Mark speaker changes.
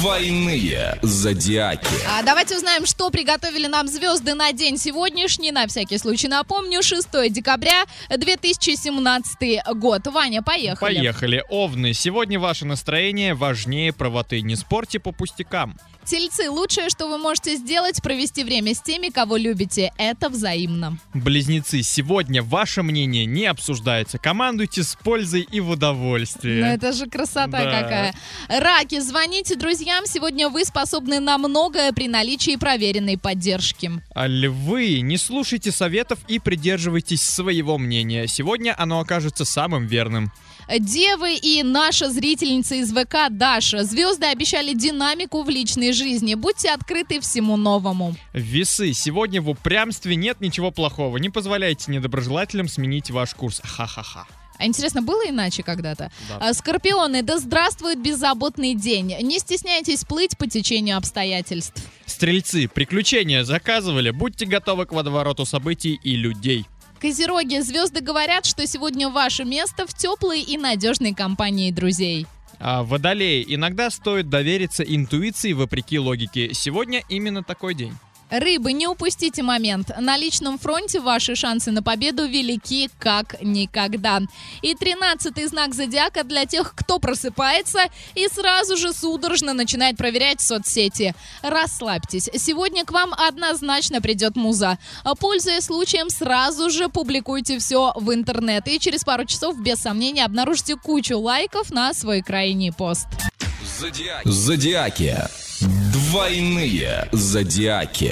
Speaker 1: Двойные зодиаки.
Speaker 2: А давайте узнаем, что приготовили нам звезды на день сегодняшний. На всякий случай напомню, 6 декабря 2017 год. Ваня, поехали.
Speaker 3: Поехали. Овны, сегодня ваше настроение важнее правоты. Не спорьте по пустякам.
Speaker 2: Тельцы, лучшее, что вы можете сделать, провести время с теми, кого любите. Это взаимно.
Speaker 3: Близнецы, сегодня ваше мнение не обсуждается. Командуйте с пользой и в удовольствии.
Speaker 2: Ну это же красота
Speaker 3: Да.
Speaker 2: какая. Раки, звоните друзьям. Сегодня вы способны на многое при наличии проверенной поддержки.
Speaker 3: А Львы, не слушайте советов и придерживайтесь своего мнения. Сегодня оно окажется самым верным.
Speaker 2: Девы и наша зрительница из ВК Даша. Звезды обещали динамику в личной жизни. Будьте открыты всему новому.
Speaker 3: Весы, сегодня в упрямстве нет ничего плохого. Не позволяйте недоброжелателям сменить ваш курс. Ха-ха-ха.
Speaker 2: А Интересно, было иначе когда-то?
Speaker 3: Да.
Speaker 2: А, Скорпионы, да здравствует беззаботный день. Не стесняйтесь плыть по течению обстоятельств.
Speaker 3: Стрельцы, приключения заказывали. Будьте готовы к водовороту событий и людей.
Speaker 2: Козероги, звезды говорят, что сегодня ваше место в теплой и надежной компании друзей.
Speaker 3: А водолеи, иногда стоит довериться интуиции вопреки логике. Сегодня именно такой день.
Speaker 2: Рыбы, не упустите момент. На личном фронте ваши шансы на победу велики как никогда. И тринадцатый знак зодиака для тех, кто просыпается и сразу же судорожно начинает проверять соцсети. Расслабьтесь, сегодня к вам однозначно придет муза. А Пользуясь случаем, сразу же публикуйте все в интернет. И через пару часов, без сомнения, обнаружите кучу лайков на свой крайний пост.
Speaker 1: Зодиаки. Зодиаки. Двойные зодиаки.